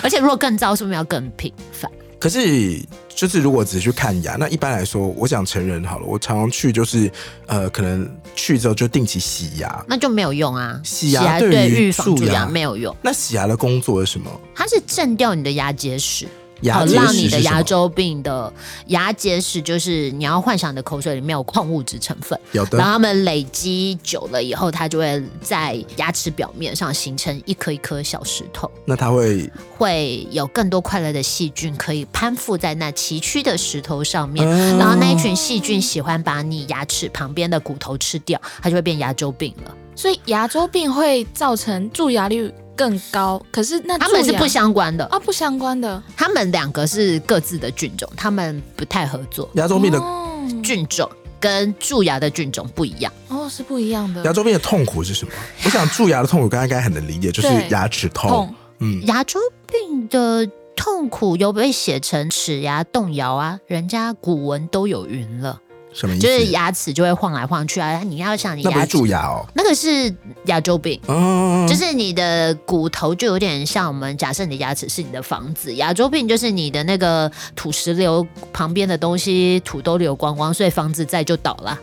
Speaker 2: 而且如果更糟，是不是要更频繁？
Speaker 3: 可是，就是如果只是去看牙，那一般来说，我讲成人好了，我常常去就是呃，可能去之后就定期洗牙。
Speaker 2: 那就没有用啊。
Speaker 3: 洗牙对
Speaker 2: 对
Speaker 3: 于
Speaker 2: 预防
Speaker 3: 蛀
Speaker 2: 蛀
Speaker 3: 牙
Speaker 2: 牙没有用，
Speaker 3: 那洗牙的工作是什么？
Speaker 2: 它是震掉你的牙结石，
Speaker 3: 牙
Speaker 2: 好
Speaker 3: 结
Speaker 2: 让
Speaker 3: 石
Speaker 2: 你
Speaker 3: 是
Speaker 2: 的
Speaker 3: 什
Speaker 2: 牙
Speaker 3: 么？
Speaker 2: 周病的牙结石，就是你要幻想你的口水里面有矿物质成分，
Speaker 3: 有
Speaker 2: 然后
Speaker 3: 的
Speaker 2: 它们累积久了以后，它就会在牙齿表面上形成一颗一颗小石头，
Speaker 3: 那它会
Speaker 2: 会有更多快乐的细菌可以攀附在那崎岖的石头上面，
Speaker 1: 嗯
Speaker 3: 哦
Speaker 2: 然后那一群细菌喜欢把你牙齿旁边的骨头吃掉，它就会变牙周病了。
Speaker 1: 所以牙周病会造成蛀牙率更高，可是那
Speaker 2: 它们是
Speaker 1: 蛀牙
Speaker 2: 不相关的，
Speaker 1: 啊不相关的
Speaker 2: 它们两个是各自的菌种，它们不太合作。
Speaker 3: 牙周病的
Speaker 1: 哦
Speaker 2: 菌种跟蛀牙的菌种不一样，
Speaker 1: 哦是不一样的
Speaker 3: 牙周病的痛苦是什么？我想蛀牙的痛苦，大家应该很能理解，就是
Speaker 1: 对
Speaker 3: 牙齿痛。
Speaker 1: 痛
Speaker 3: 嗯，
Speaker 2: 牙周病的。痛苦有被写成齿牙动摇啊，人家古文都有云了，
Speaker 3: 什么意思？
Speaker 2: 就是牙齿就会晃来晃去啊。你要想你
Speaker 3: 那不
Speaker 2: 牙
Speaker 3: 是
Speaker 2: 齿
Speaker 3: 蛀牙哦。
Speaker 2: 那个是牙周病，
Speaker 3: 哦，
Speaker 2: 就是你的骨头就有点像我们假设你的牙齿是你的房子，牙周病就是你的那个土石流旁边的东西土都流光光，所以房子在就倒了。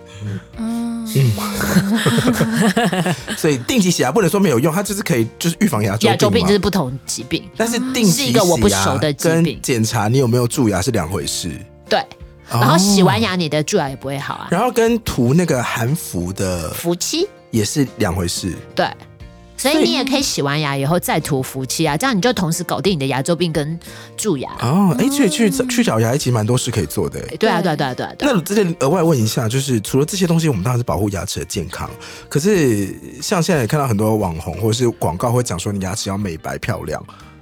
Speaker 1: 嗯
Speaker 3: 所以定期洗牙不能说没有用，它就是可以就是预防牙周
Speaker 2: 牙周病
Speaker 3: 嘛
Speaker 2: 就是不同疾病，
Speaker 3: 但是定期
Speaker 2: 是一个我不熟的疾病
Speaker 3: 洗牙跟检查你有没有蛀牙是两回事。
Speaker 2: 对。
Speaker 3: 哦
Speaker 2: 然后洗完牙，你的蛀牙也不会好啊。
Speaker 3: 然后跟涂那个含氟的
Speaker 2: 氟漆，
Speaker 3: 也是两回事。
Speaker 2: 对。所以
Speaker 3: 所以
Speaker 2: 你也可以洗完牙以后再涂氟漆啊，这样你就同时搞定你的牙周病跟蛀牙。
Speaker 3: 哦，哎，所以去去找牙医其实蛮多事可以做的。
Speaker 2: 对啊，
Speaker 1: 对
Speaker 2: 对啊，对啊，对啊，对啊。
Speaker 3: 那这里额外问一下，就是除了这些东西，我们当然是保护牙齿的健康。可是像现在也看到很多网红或者是广告会讲说，你牙齿要美白漂亮。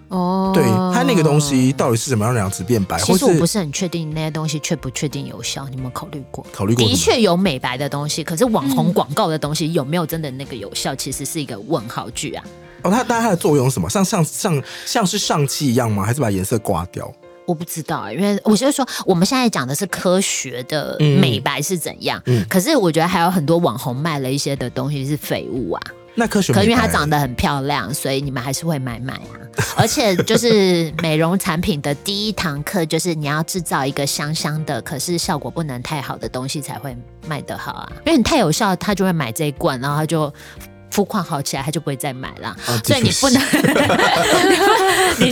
Speaker 2: 哦
Speaker 3: 对，它那个东西，到底是怎么样让牙齿变白，
Speaker 2: 其
Speaker 3: 或
Speaker 2: 实我不
Speaker 3: 是
Speaker 2: 是很确定那些东西确不确定有效，你们考虑过？
Speaker 3: 考虑过什
Speaker 2: 的
Speaker 3: 么？
Speaker 2: 确有美白的东西，可是网红
Speaker 1: 嗯
Speaker 2: 广告的东西有没有真的那个有效，其实是一个问号句啊。
Speaker 3: 哦，它但它的作用是什么？像像像像是上气一样吗？还是把颜色刮掉？
Speaker 2: 我不知道、啊，因为我就是说，我们现在讲的是科学的
Speaker 3: 嗯
Speaker 2: 美白是怎样，
Speaker 3: 嗯
Speaker 2: 可是我觉得还有很多网红卖了一些的东西是废物啊。
Speaker 3: 那科学
Speaker 2: 可
Speaker 3: 美
Speaker 2: 因为
Speaker 3: 白
Speaker 2: 它长得很漂亮，所以你们还是会买买啊。 [LAUGHS] 而且就是美容产品的第一堂课，就是你要制造一个香香的，可是效果不能太好的东西才会卖得好啊。因为你太有效，他就会买这一罐，然后他就。肤况好起来，他就不会再买啦。
Speaker 3: 啊
Speaker 2: 所以你不能，你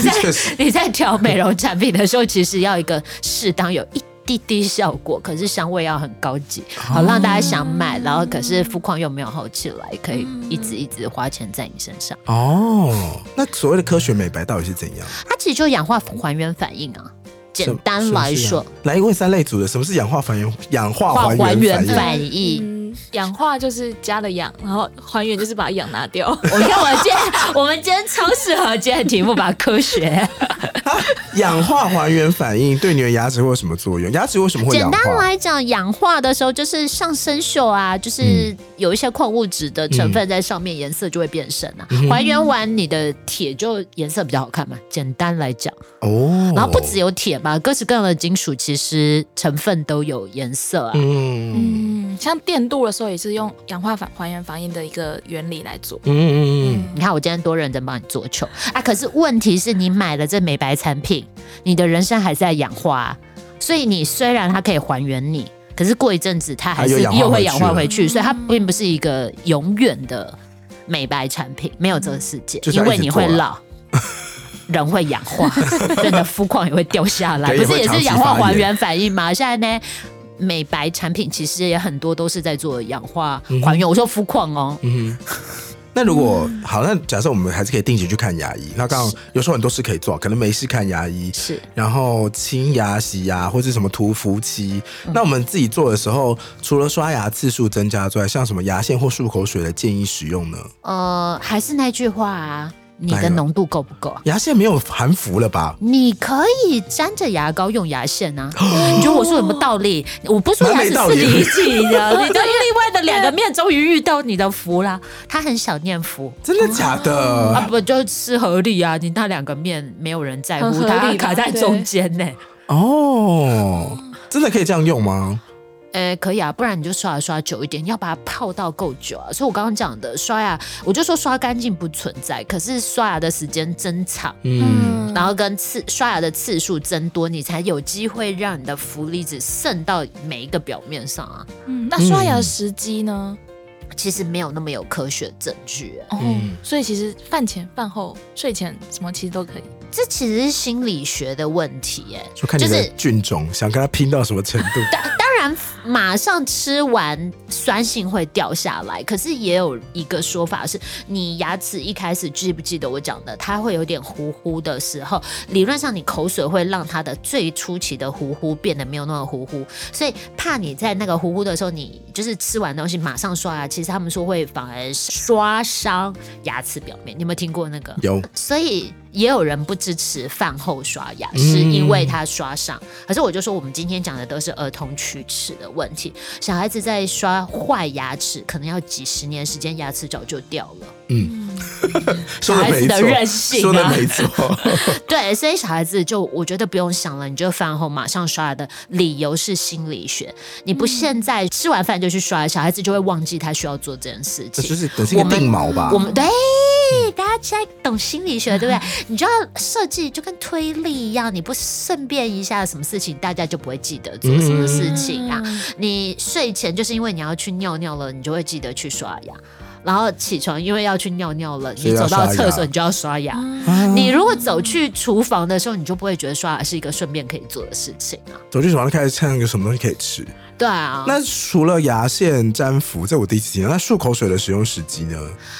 Speaker 3: [LAUGHS]
Speaker 2: [LAUGHS] 在
Speaker 3: [LAUGHS] 确实
Speaker 2: 你在调美容产品的时候，其实要一个适当有一滴滴效果，可是香味要很高级，
Speaker 3: 哦
Speaker 2: 好让大家想买，然后可是肤况又没有好起来，可以一直一直花钱在你身上。
Speaker 3: 哦，那所谓的科学美白到底是怎样？
Speaker 2: 它其实就氧化还原反应啊，简单
Speaker 3: 什么啊
Speaker 2: 来
Speaker 3: 是氧
Speaker 2: 说，，
Speaker 3: 来问三类组的，什么是氧化还原？氧化
Speaker 2: 化还
Speaker 3: 还
Speaker 2: 原
Speaker 3: 原反应。
Speaker 2: 反应。
Speaker 1: 嗯氧化就是加了氧，然后还原就是把氧拿掉。
Speaker 2: 我看我今天， [LAUGHS] 我们今天超适合今天的题目吧，科学。
Speaker 3: 氧化还原反应对你的牙齿会有什么作用？牙齿为什么会
Speaker 2: 简
Speaker 3: 氧化？
Speaker 2: 单来讲，氧化的时候就是上生锈啊，就是
Speaker 3: 嗯
Speaker 2: 有一些矿物质的成分在上面，颜色就会变深啊。
Speaker 3: 嗯
Speaker 2: 还原完你的铁就颜色比较好看嘛。简单来讲，
Speaker 3: 哦，
Speaker 2: 然后不只有铁嘛，各式各样的金属其实成分都有颜色啊。
Speaker 3: [LAUGHS] 嗯。
Speaker 1: 嗯，像电镀的时候也是用氧化反还原反应的一个原理来做
Speaker 3: 嗯。嗯嗯
Speaker 2: 你看，我今天多认真帮你做球啊！可是问题是你买了这美白产品，你的人生还是在氧化、啊，所以你虽然它可以还原你，可是过一阵子它还
Speaker 3: 它又
Speaker 2: 是
Speaker 3: 氧化
Speaker 2: 又会
Speaker 3: 回
Speaker 2: 氧
Speaker 3: 去
Speaker 2: 化
Speaker 3: 了
Speaker 2: 回去，所以它并不是一个永远的美白产品，没有这个世界，
Speaker 3: 就是
Speaker 2: 因
Speaker 3: 要一
Speaker 2: 为
Speaker 3: 直
Speaker 2: 你会
Speaker 3: 做啊
Speaker 2: 老。人会氧
Speaker 3: [LAUGHS]
Speaker 2: 化，所以你的肤况也会掉下来，
Speaker 3: 对
Speaker 2: 不
Speaker 3: 也会
Speaker 2: 是也
Speaker 3: 长
Speaker 2: 是
Speaker 3: 期
Speaker 2: 氧化
Speaker 3: 发炎
Speaker 2: 还原反应吗？现在呢，美白产品其实也很多都是在做氧化还原。我说肤况哦，
Speaker 3: 嗯哼。那如果
Speaker 2: 嗯
Speaker 3: 好，那假设我们还是可以定期去看牙医。那刚好有时候很多事可以做，可能没事看牙医，
Speaker 2: 是
Speaker 3: 然后清牙、洗牙或是什么涂氟漆。
Speaker 2: 嗯
Speaker 3: 那我们自己做的时候，除了刷牙次数增加之外，像什么牙线或漱口水的建议使用呢？
Speaker 2: 呃，还是那句话啊，你
Speaker 3: 哪一
Speaker 2: 的
Speaker 3: 个
Speaker 2: 浓度够不够啊？
Speaker 3: 牙线没有含氟了吧？
Speaker 2: 你可以沾着牙膏用牙线啊，你觉得我说有没有道理？我不是说牙齿是离体的，你的另外的两个面终于遇到你的福啦。他很想念福
Speaker 3: 真的假的？
Speaker 2: 啊，不就是合理啊？你那两个面没有人在乎，
Speaker 1: 很合
Speaker 2: 它
Speaker 1: 理吧
Speaker 2: 卡在中间呢、
Speaker 3: 哦哦，真的可以这样用吗？
Speaker 2: 诶，可以啊，不然你就刷牙刷久一点，你要把它泡到够久啊。所以我刚刚讲的刷牙，我就说刷干净不存在，可是刷牙的时间增长，
Speaker 3: 嗯，
Speaker 2: 然后跟次刷牙的次数增多，你才有机会让你的氟离子渗到每一个表面上啊。
Speaker 1: 嗯，那刷牙的时机呢？
Speaker 2: 其实没有那么有科学证据、欸，
Speaker 1: 哦，
Speaker 3: 嗯
Speaker 1: 所以其实饭前、饭后、睡前什么其实都可以。
Speaker 2: 这其实是心理学的问题、欸，
Speaker 3: 就看你
Speaker 2: 就
Speaker 3: 的
Speaker 2: 是
Speaker 3: 菌种，想跟他拼到什么程度。
Speaker 2: [LAUGHS] 当然，马上吃完酸性会掉下来，可是也有一个说法是，你牙齿一开始记不记得我讲的，它会有点糊糊的时候，理论上你口水会让它的最初期的糊糊变得没有那么糊糊，所以怕你在那个糊糊的时候，你就是吃完东西马上刷牙，其实他们说会反而刷伤牙齿表面，你有没有听过那个？
Speaker 3: 有，
Speaker 2: 所以也有人不支持饭后刷牙，
Speaker 3: 嗯
Speaker 2: 是因为他刷上。可是我就说，我们今天讲的都是儿童龋齿的问题，小孩子在刷坏牙齿，可能要几十年时间，牙齿早就掉了。
Speaker 3: 嗯说的没
Speaker 2: 小孩子的
Speaker 3: 错，
Speaker 2: 任性啊
Speaker 3: 说的没
Speaker 2: [LAUGHS]
Speaker 3: 错。
Speaker 2: 对，所以小孩子就我觉得不用想了，你就饭后马上刷牙的理由是心理学，你不现在吃完饭就去刷，小孩子就会忘记他需要做这件事
Speaker 3: 这就。
Speaker 2: 情
Speaker 3: 是等是一个定锚吧
Speaker 2: 我。们对。大家现在懂心理学，对不对？
Speaker 3: [LAUGHS]
Speaker 2: 你就要设计，就跟推力一样，你不顺便一下什么事情，大家就不会记得做什么事情啊。
Speaker 1: 嗯
Speaker 2: 你睡前就是因为你要去尿尿了，你就会记得去刷牙，然后起床因为要去尿尿了，
Speaker 3: 所以
Speaker 2: 你
Speaker 3: 要
Speaker 2: 走
Speaker 3: 刷
Speaker 2: 到
Speaker 3: 牙嗯
Speaker 2: 厕所你就要刷牙。
Speaker 1: 嗯
Speaker 3: 啊
Speaker 2: 你如果走去厨房的时候，你就不会觉得刷牙是一个顺便可以做的事情啊。
Speaker 3: 走去手上开始看有什么东西可以吃。
Speaker 2: 对啊，
Speaker 3: 那除了牙线粘服，这我第一次听到。那漱口水的使用时机呢？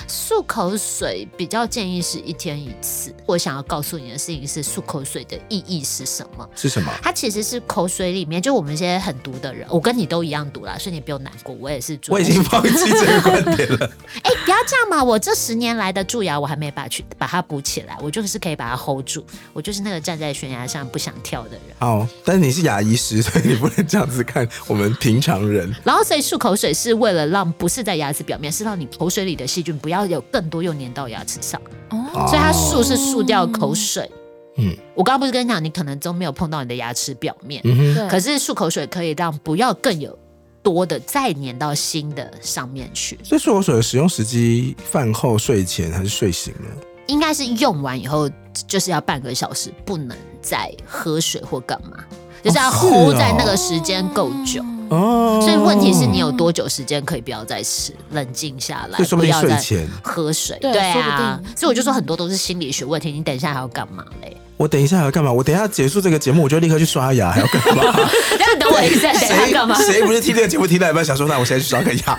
Speaker 2: 漱口水比较建议是一天一次。我想要告诉你的事情是，漱口水的意义是什么？
Speaker 3: 是什么？
Speaker 2: 它其实是口水里面，就我们这些很毒的人，我跟你都一样毒啦，所以你不用难过，我也是蛀牙。
Speaker 3: 我已经放弃这个观点
Speaker 2: [LAUGHS]
Speaker 3: 了。
Speaker 2: 哎、不要这样嘛！我这十年来的蛀牙，我还没把去把它补起来，我就是可以把它 hold 住，我就是那个站在悬崖上不想跳的人。
Speaker 3: 好，但是你是牙医师，所以你不能这样子看我们平常人。
Speaker 2: 然后，所以漱口水是为了让不是在牙齿表面，是让你口水里的细菌不要有更多又粘到牙齿上，
Speaker 1: 哦，
Speaker 3: 哦
Speaker 2: 所以它漱是漱掉口水。
Speaker 3: 嗯
Speaker 2: 我刚刚不是跟你讲，你可能都没有碰到你的牙齿表面，
Speaker 3: 嗯哼，
Speaker 1: 对，
Speaker 2: 可是漱口水可以让不要更有多的再粘到新的上面去，
Speaker 3: 所以漱口水的使用时机，饭后、睡前还是睡醒呢？
Speaker 2: 应该是用完以后就是要半个小时，不能再喝水或干嘛，就是要
Speaker 3: 哦是哦
Speaker 2: hold 在那个时间够久。
Speaker 3: 哦，
Speaker 2: 所以问题是你有多久时间可以不要再吃，冷静下来，
Speaker 3: 所以说不
Speaker 2: 不
Speaker 3: 定
Speaker 2: 要
Speaker 3: 睡
Speaker 2: 再
Speaker 3: 前，
Speaker 2: 喝水。
Speaker 1: 对
Speaker 2: 啊
Speaker 1: 说不，定
Speaker 2: 所以我就说很多都是心理学问题，你等一下还要干嘛嘞？ [LAUGHS]
Speaker 3: 我等一下还要干嘛？我等一下结束这个节目，我就立刻去刷牙，还要干嘛？
Speaker 2: [LAUGHS] 那等我一下，等一下
Speaker 3: 谁
Speaker 2: 干嘛？
Speaker 3: 谁不是听这个节目听到一半想说，那我现在去刷个牙？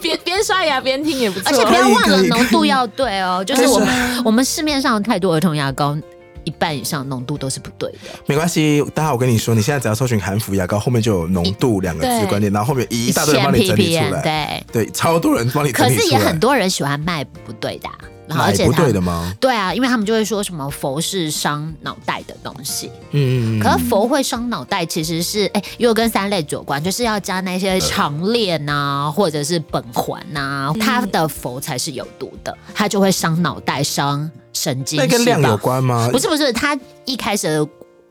Speaker 1: 边边刷牙边听也不错。
Speaker 2: 而且不要忘
Speaker 3: 可
Speaker 2: 了
Speaker 3: 以可以
Speaker 2: 浓度要对
Speaker 3: [LAUGHS]
Speaker 2: 哦，就是我们我们市面上太多儿童牙膏，一半以上浓度都是不对的。
Speaker 3: 没关系，大家我跟你说，你现在只要搜寻韩服牙膏，后面就有浓度
Speaker 2: 嗯
Speaker 3: 两个字
Speaker 1: 对
Speaker 3: 关键，然后后面一大堆人帮你整理出
Speaker 2: PPM
Speaker 3: 来，
Speaker 2: 对，
Speaker 3: 对，超多人帮你整
Speaker 2: 可
Speaker 3: 理出来。
Speaker 2: 是也很多人喜欢卖不对的啊、然后而
Speaker 3: 买
Speaker 2: 且
Speaker 3: 不
Speaker 2: 他
Speaker 3: 对的吗？
Speaker 2: 对啊，因为他们就会说什么佛是伤脑袋的东西，
Speaker 3: 嗯，
Speaker 2: 可是佛会伤脑袋，其实是哎，又跟三类有关，就是要加那些长链呐、或者是本环呐、它的佛才是有毒的，它就会伤脑袋、伤神经
Speaker 3: 那跟
Speaker 2: 细
Speaker 3: 量有
Speaker 2: 胞。
Speaker 3: 关吗？
Speaker 2: 不是不是，它一开始的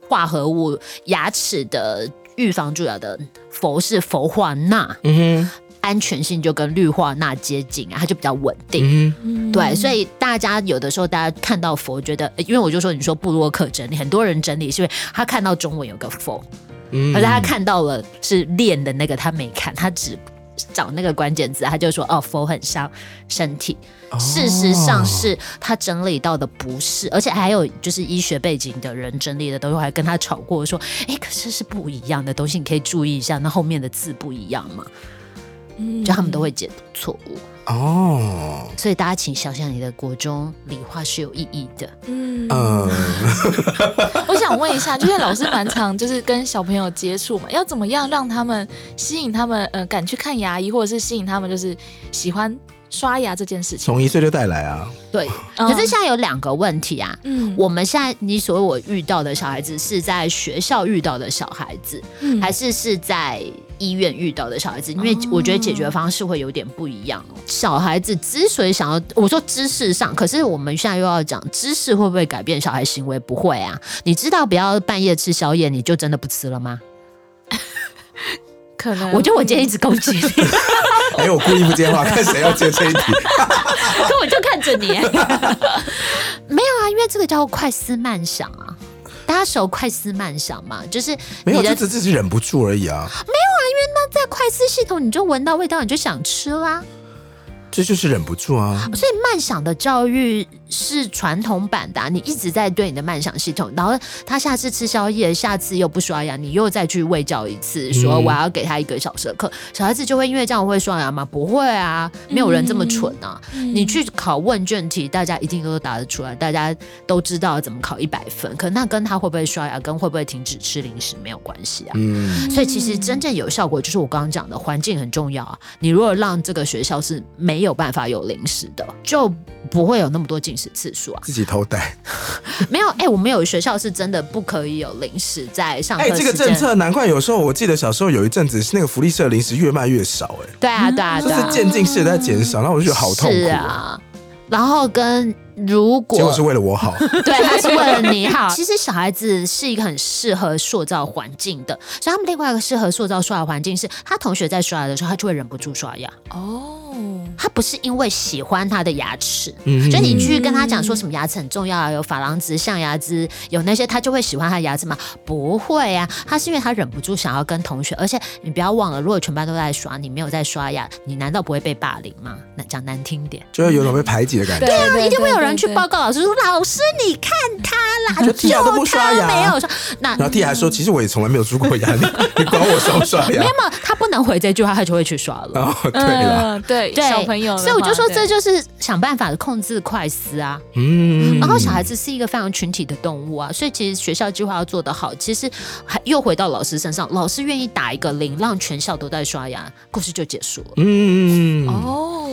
Speaker 2: 化合物，牙齿的预防蛀牙的氟是氟化钠，
Speaker 3: 嗯哼，
Speaker 2: 安全性就跟氯化钠接近啊，它就比较稳定。
Speaker 3: 嗯哼，
Speaker 2: 对，所以大家有的时候大家看到佛，觉得，诶因为我就说你说布洛克整理，很多人整理是因为他看到中文有个佛，
Speaker 3: 嗯
Speaker 2: 可是他看到了是练的那个他没看，他只找那个关键字，他就说哦佛很伤身体。事实上
Speaker 1: 哦
Speaker 2: 是他整理到的不是，而且还有就是医学背景的人整理的东西，我还跟他吵过说，诶，可是是不一样的东西，你可以注意一下，那后面的字不一样嘛，
Speaker 1: 嗯
Speaker 2: 就他们都会解读错误。
Speaker 3: 哦，
Speaker 2: 所以大家请想想，你的国中理化是有意义的。
Speaker 1: 嗯，
Speaker 3: 嗯，
Speaker 1: 我想问一下，就是老师蛮常就是跟小朋友接触嘛，要怎么样让他们吸引他们呃敢去看牙医，或者是吸引他们就是喜欢刷牙这件事情？
Speaker 3: 从一岁就带来
Speaker 2: [LAUGHS]
Speaker 3: 啊，
Speaker 2: 对，
Speaker 1: 嗯
Speaker 2: 可是现在有两个问题啊。
Speaker 1: 嗯
Speaker 2: 我们现在你所谓我遇到的小孩子是在学校遇到的小孩子，
Speaker 1: 嗯
Speaker 2: 还是是在医院遇到的小孩子？因为
Speaker 3: 哦
Speaker 2: 我觉得解决方式会有点不一样哦。小孩子之所以想要，我说知识上，可是我们现在又要讲知识会不会改变小孩行为？不会啊。你知道不要半夜吃宵夜，你就真的不吃了吗？
Speaker 1: 可
Speaker 3: 嗯
Speaker 1: 能
Speaker 2: 我觉得我
Speaker 1: [LAUGHS]
Speaker 2: 今天一直攻击
Speaker 3: [LAUGHS]
Speaker 2: 你，
Speaker 3: 哎、我故意不接话，看谁要接这
Speaker 2: [LAUGHS]
Speaker 3: 一题。
Speaker 2: 可我就看着你。没有啊，因为这个叫快思慢想啊。大家熟快思慢想嘛，就是
Speaker 3: 没
Speaker 2: 你
Speaker 3: 有，
Speaker 2: 的
Speaker 3: 就只是忍不住而已啊，
Speaker 2: 那在快思系统，你就闻到味道，你就想吃啦。
Speaker 3: 这就是忍不住啊。
Speaker 2: 哦所以慢想的教育是传统版的啊、你一直在对你的慢想系统，然后他下次吃宵夜，下次又不刷牙，你又再去喂教一次，说
Speaker 3: 嗯
Speaker 2: 我要给他一个小时的课，小孩子就会因为这样会刷牙吗？不会啊，没有人这么蠢啊。
Speaker 1: 嗯
Speaker 2: 你去考问卷题，大家一定都答得出来，大家都知道怎么考一百分，可那跟他会不会刷牙，跟会不会停止吃零食没有关系啊。
Speaker 3: 嗯，
Speaker 2: 所以其实真正有效果就是我刚刚讲的，环境很重要啊。你如果让这个学校是没有办法有零食的，就不会有那么多进食次数
Speaker 3: [LAUGHS]
Speaker 2: 啊。
Speaker 3: 自己偷带。
Speaker 2: 没有，哎、我们有学校是真的不可以有零食在上课
Speaker 3: 哎、
Speaker 2: 啊时间。
Speaker 3: 这个政策难怪有时候我记得小时候有一阵子是那个福利社零食越卖越少、哎、
Speaker 2: 对啊，对啊，
Speaker 3: 就
Speaker 2: 对啊
Speaker 3: 是，渐进式在减少，然后我就觉得好痛苦
Speaker 2: 是。啊。然后跟如果
Speaker 3: 结果是为了我
Speaker 2: [LAUGHS]
Speaker 3: 好，
Speaker 2: 对，他是为了
Speaker 3: [LAUGHS]
Speaker 2: 你好。其实小孩子是一个很适合塑造环境的，所以他们另外一个适合塑造刷牙环境是，他同学在刷牙的时候，他就会忍不住刷牙。
Speaker 1: 哦，
Speaker 2: 他不是因为喜欢他的牙齿，
Speaker 3: 嗯
Speaker 2: 所以你去跟他讲
Speaker 1: 嗯
Speaker 2: 说什么牙齿很重要啊，有珐琅质、象牙质，有那些他就会喜欢他的牙齿吗？不会啊，他是因为他忍不住想要跟同学，而且你不要忘了，如果全班都在刷，你没有在刷牙，你难道不会被霸凌吗？那讲难听点。
Speaker 3: 就会有种被排挤的感觉。
Speaker 1: 对啊，一
Speaker 2: 一定会有人去报告老师说：“老师，你看他
Speaker 3: 就
Speaker 2: 啦，啊就
Speaker 3: 剔牙都不
Speaker 1: 哎
Speaker 3: 刷牙
Speaker 2: 他没有刷。”
Speaker 1: [LAUGHS]
Speaker 2: 那
Speaker 3: 然后弟还说，其实我也从来没有出过牙，你 [LAUGHS] 你管我刷不刷牙
Speaker 2: 没？有他不能回这句话，他就会去刷了。
Speaker 3: 哦，对了，
Speaker 1: 嗯，对，
Speaker 2: 对，
Speaker 1: 小朋友了嘛，
Speaker 2: 所以我就说这
Speaker 1: 对
Speaker 2: 就是想办法控制快思啊。
Speaker 3: 嗯，
Speaker 2: 然后小孩子是一个非常群体的动物啊，所以其实学校计划要做得好，其实还又回到老师身上，老师愿意打一个铃，让全校都在刷牙，故事就结束了。
Speaker 3: 嗯，
Speaker 1: 哦，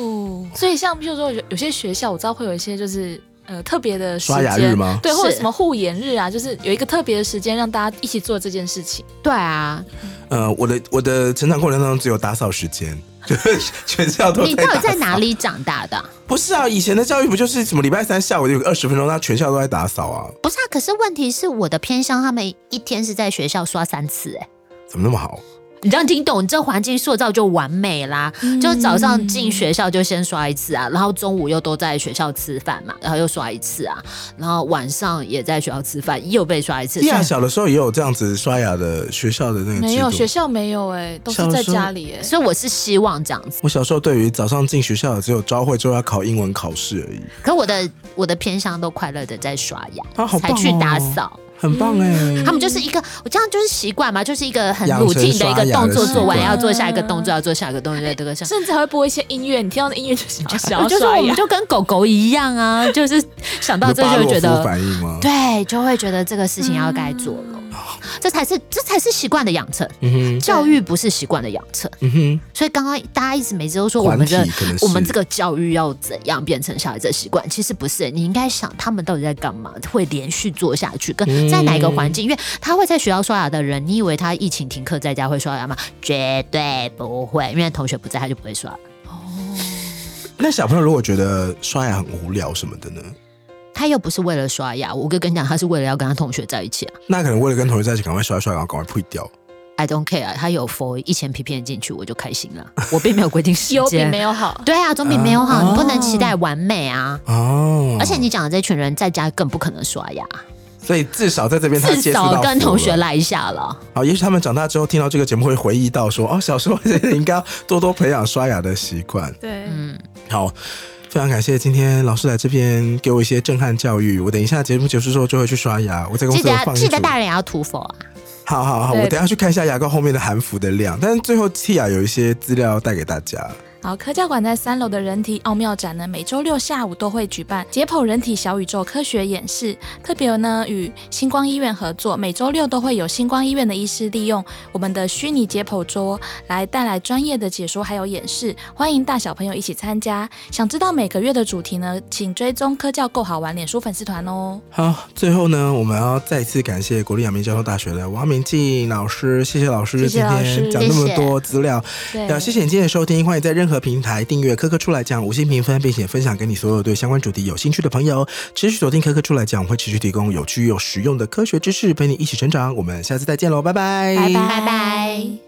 Speaker 1: 所以像譬如说有有些学校，我知道会有一些就是。呃，特别的时
Speaker 3: 刷牙
Speaker 1: 间
Speaker 3: 日吗
Speaker 1: 对，或者
Speaker 2: 是
Speaker 1: 什么护眼日啊，就是有一个特别的时间让大家一起做这件事情。
Speaker 2: 对啊，
Speaker 3: 呃，我的我的成长过程当中只有打扫时间， [LAUGHS] 就是全校都
Speaker 2: 你到
Speaker 3: 打
Speaker 2: 底
Speaker 3: 扫
Speaker 2: 在哪？里长大的啊？
Speaker 3: 不是啊，以前的教育不就是什么礼拜三下午有个二十分钟，那全校都在打扫啊？
Speaker 2: 不是啊，可是问题是我的偏向，他们一天是在学校刷三次、欸，哎。
Speaker 3: 怎么那么好？
Speaker 2: 你这样听懂，这环境塑造就完美啦。就早上进学校就先刷一次啊，然后中午又都在学校吃饭嘛，然后又刷一次啊，然后晚上也在学校吃饭，又被刷一次。
Speaker 3: 弟啊，
Speaker 2: 所以
Speaker 3: 小的时候也有这样子刷牙的学校的那个
Speaker 1: 没有
Speaker 3: 制
Speaker 1: 学
Speaker 3: 嗯度。
Speaker 1: 校没有哎、都是
Speaker 3: 小
Speaker 1: 在
Speaker 3: 时候
Speaker 1: 家里哎、
Speaker 2: 所以我是希望这样子。
Speaker 3: 我小时候对于早上进学校只有朝会之后要考英文考试而已，
Speaker 2: 可我的我的偏向都快乐的在刷牙，
Speaker 3: 啊好棒
Speaker 2: 才
Speaker 3: 哦
Speaker 2: 去打扫。
Speaker 3: 很棒哎、
Speaker 2: 他们就是一个，我这样就是习惯嘛，就是一个很
Speaker 3: 养成
Speaker 2: routine 的一
Speaker 3: 刷牙的
Speaker 2: 个动作，
Speaker 3: 习
Speaker 2: 做完
Speaker 3: 惯
Speaker 2: 要做下一个动作，要做下一个动作，要这个上。
Speaker 1: 甚至还会播一些音乐，你听到的音乐就想要想
Speaker 3: [LAUGHS]
Speaker 2: 我
Speaker 1: 要
Speaker 2: 就说
Speaker 1: 刷
Speaker 2: 我
Speaker 1: 牙
Speaker 2: 们。就跟狗狗一样啊， [LAUGHS] 就是想到
Speaker 3: 有
Speaker 2: 这
Speaker 3: 巴
Speaker 2: 就
Speaker 3: 洛
Speaker 2: 觉
Speaker 3: 夫
Speaker 2: 得，
Speaker 3: 反应吗？
Speaker 2: 对，就会觉得这个事情要该做了，这才是这才是习惯的养成。
Speaker 3: 嗯哼，
Speaker 2: 教育不是习惯的养成，
Speaker 3: 嗯哼，
Speaker 2: 所以刚刚大家一直每次都说我们
Speaker 3: 团
Speaker 2: 的
Speaker 3: 体可能是
Speaker 2: 我们这个教育要怎样变成小孩子的习惯，其实不是，欸你应该想他们到底在干嘛，会连续做下去，
Speaker 3: 嗯
Speaker 2: 跟在哪一个环境，因为他会在学校刷牙的人，你以为他疫情停课在家会刷牙吗？绝对不会，因为同学不在，他就不会刷。
Speaker 3: 那小朋友如果觉得刷牙很无聊什么的呢？
Speaker 2: 他又不是为了刷牙，我哥跟你讲，他是为了要跟他同学在一起啊。
Speaker 3: 那可能为了跟同学在一起，赶快刷一刷，然后赶快退掉。
Speaker 2: I don't care，他有佛一千 ppm 进去我就开心了，我并没有规定时
Speaker 1: 有比
Speaker 2: 间
Speaker 1: 没。有好，
Speaker 2: 对啊，总比没有好，
Speaker 3: 啊
Speaker 2: 你不能期待完美啊。
Speaker 3: 哦，
Speaker 2: 而且你讲的这群人在家更不可能刷牙，
Speaker 3: 所以至少在这边他
Speaker 2: 至
Speaker 3: 接触到
Speaker 2: 少跟
Speaker 3: 佛
Speaker 2: 同
Speaker 3: 了
Speaker 2: 学来一下了。
Speaker 3: 好，也许他们长大之后听到这个节目会回忆到说，哦，小时候应该要多多培养刷牙的习惯。
Speaker 1: 对，
Speaker 2: 嗯，
Speaker 3: 好，非常感谢今天老师来这边给我一些震撼教育。我等一下节目结束之后就会去刷牙，我在公
Speaker 2: 记
Speaker 3: 司有
Speaker 2: 得
Speaker 3: 放一
Speaker 2: 记
Speaker 3: 组
Speaker 2: 得大人也要涂佛啊。
Speaker 3: 好好好，我
Speaker 1: 对
Speaker 3: 等一下去看一下牙膏后面的含氟的量。但是最后 Tia 有一些资料要带给大家。
Speaker 1: 好，科教馆在三楼的人体奥妙展呢，每周六下午都会举办解剖人体小宇宙科学演示，特别呢与星光医院合作，每周六都会有星光医院的医师利用我们的虚拟解剖桌来带来专业的解说还有演示，欢迎大小朋友一起参加。想知道每个月的主题呢，请追踪科教够好玩脸书粉丝团哦。
Speaker 3: 好，最后呢，我们要再次感谢国立阳明交通大学的王明静老师，谢谢老师
Speaker 1: 谢谢老师
Speaker 3: 今天讲那么
Speaker 2: 谢谢
Speaker 3: 多资料，
Speaker 1: 对，
Speaker 3: 要谢谢你今天的收听，欢迎在任何平台订阅《科科出来讲》，五星评分，并且分享给你所有对相关主题有兴趣的朋友。持续锁定《科科出来讲》，我会持续提供有趣又实用的科学知识，陪你一起成长。我们下次再见喽，拜拜，
Speaker 1: 拜拜
Speaker 2: 拜拜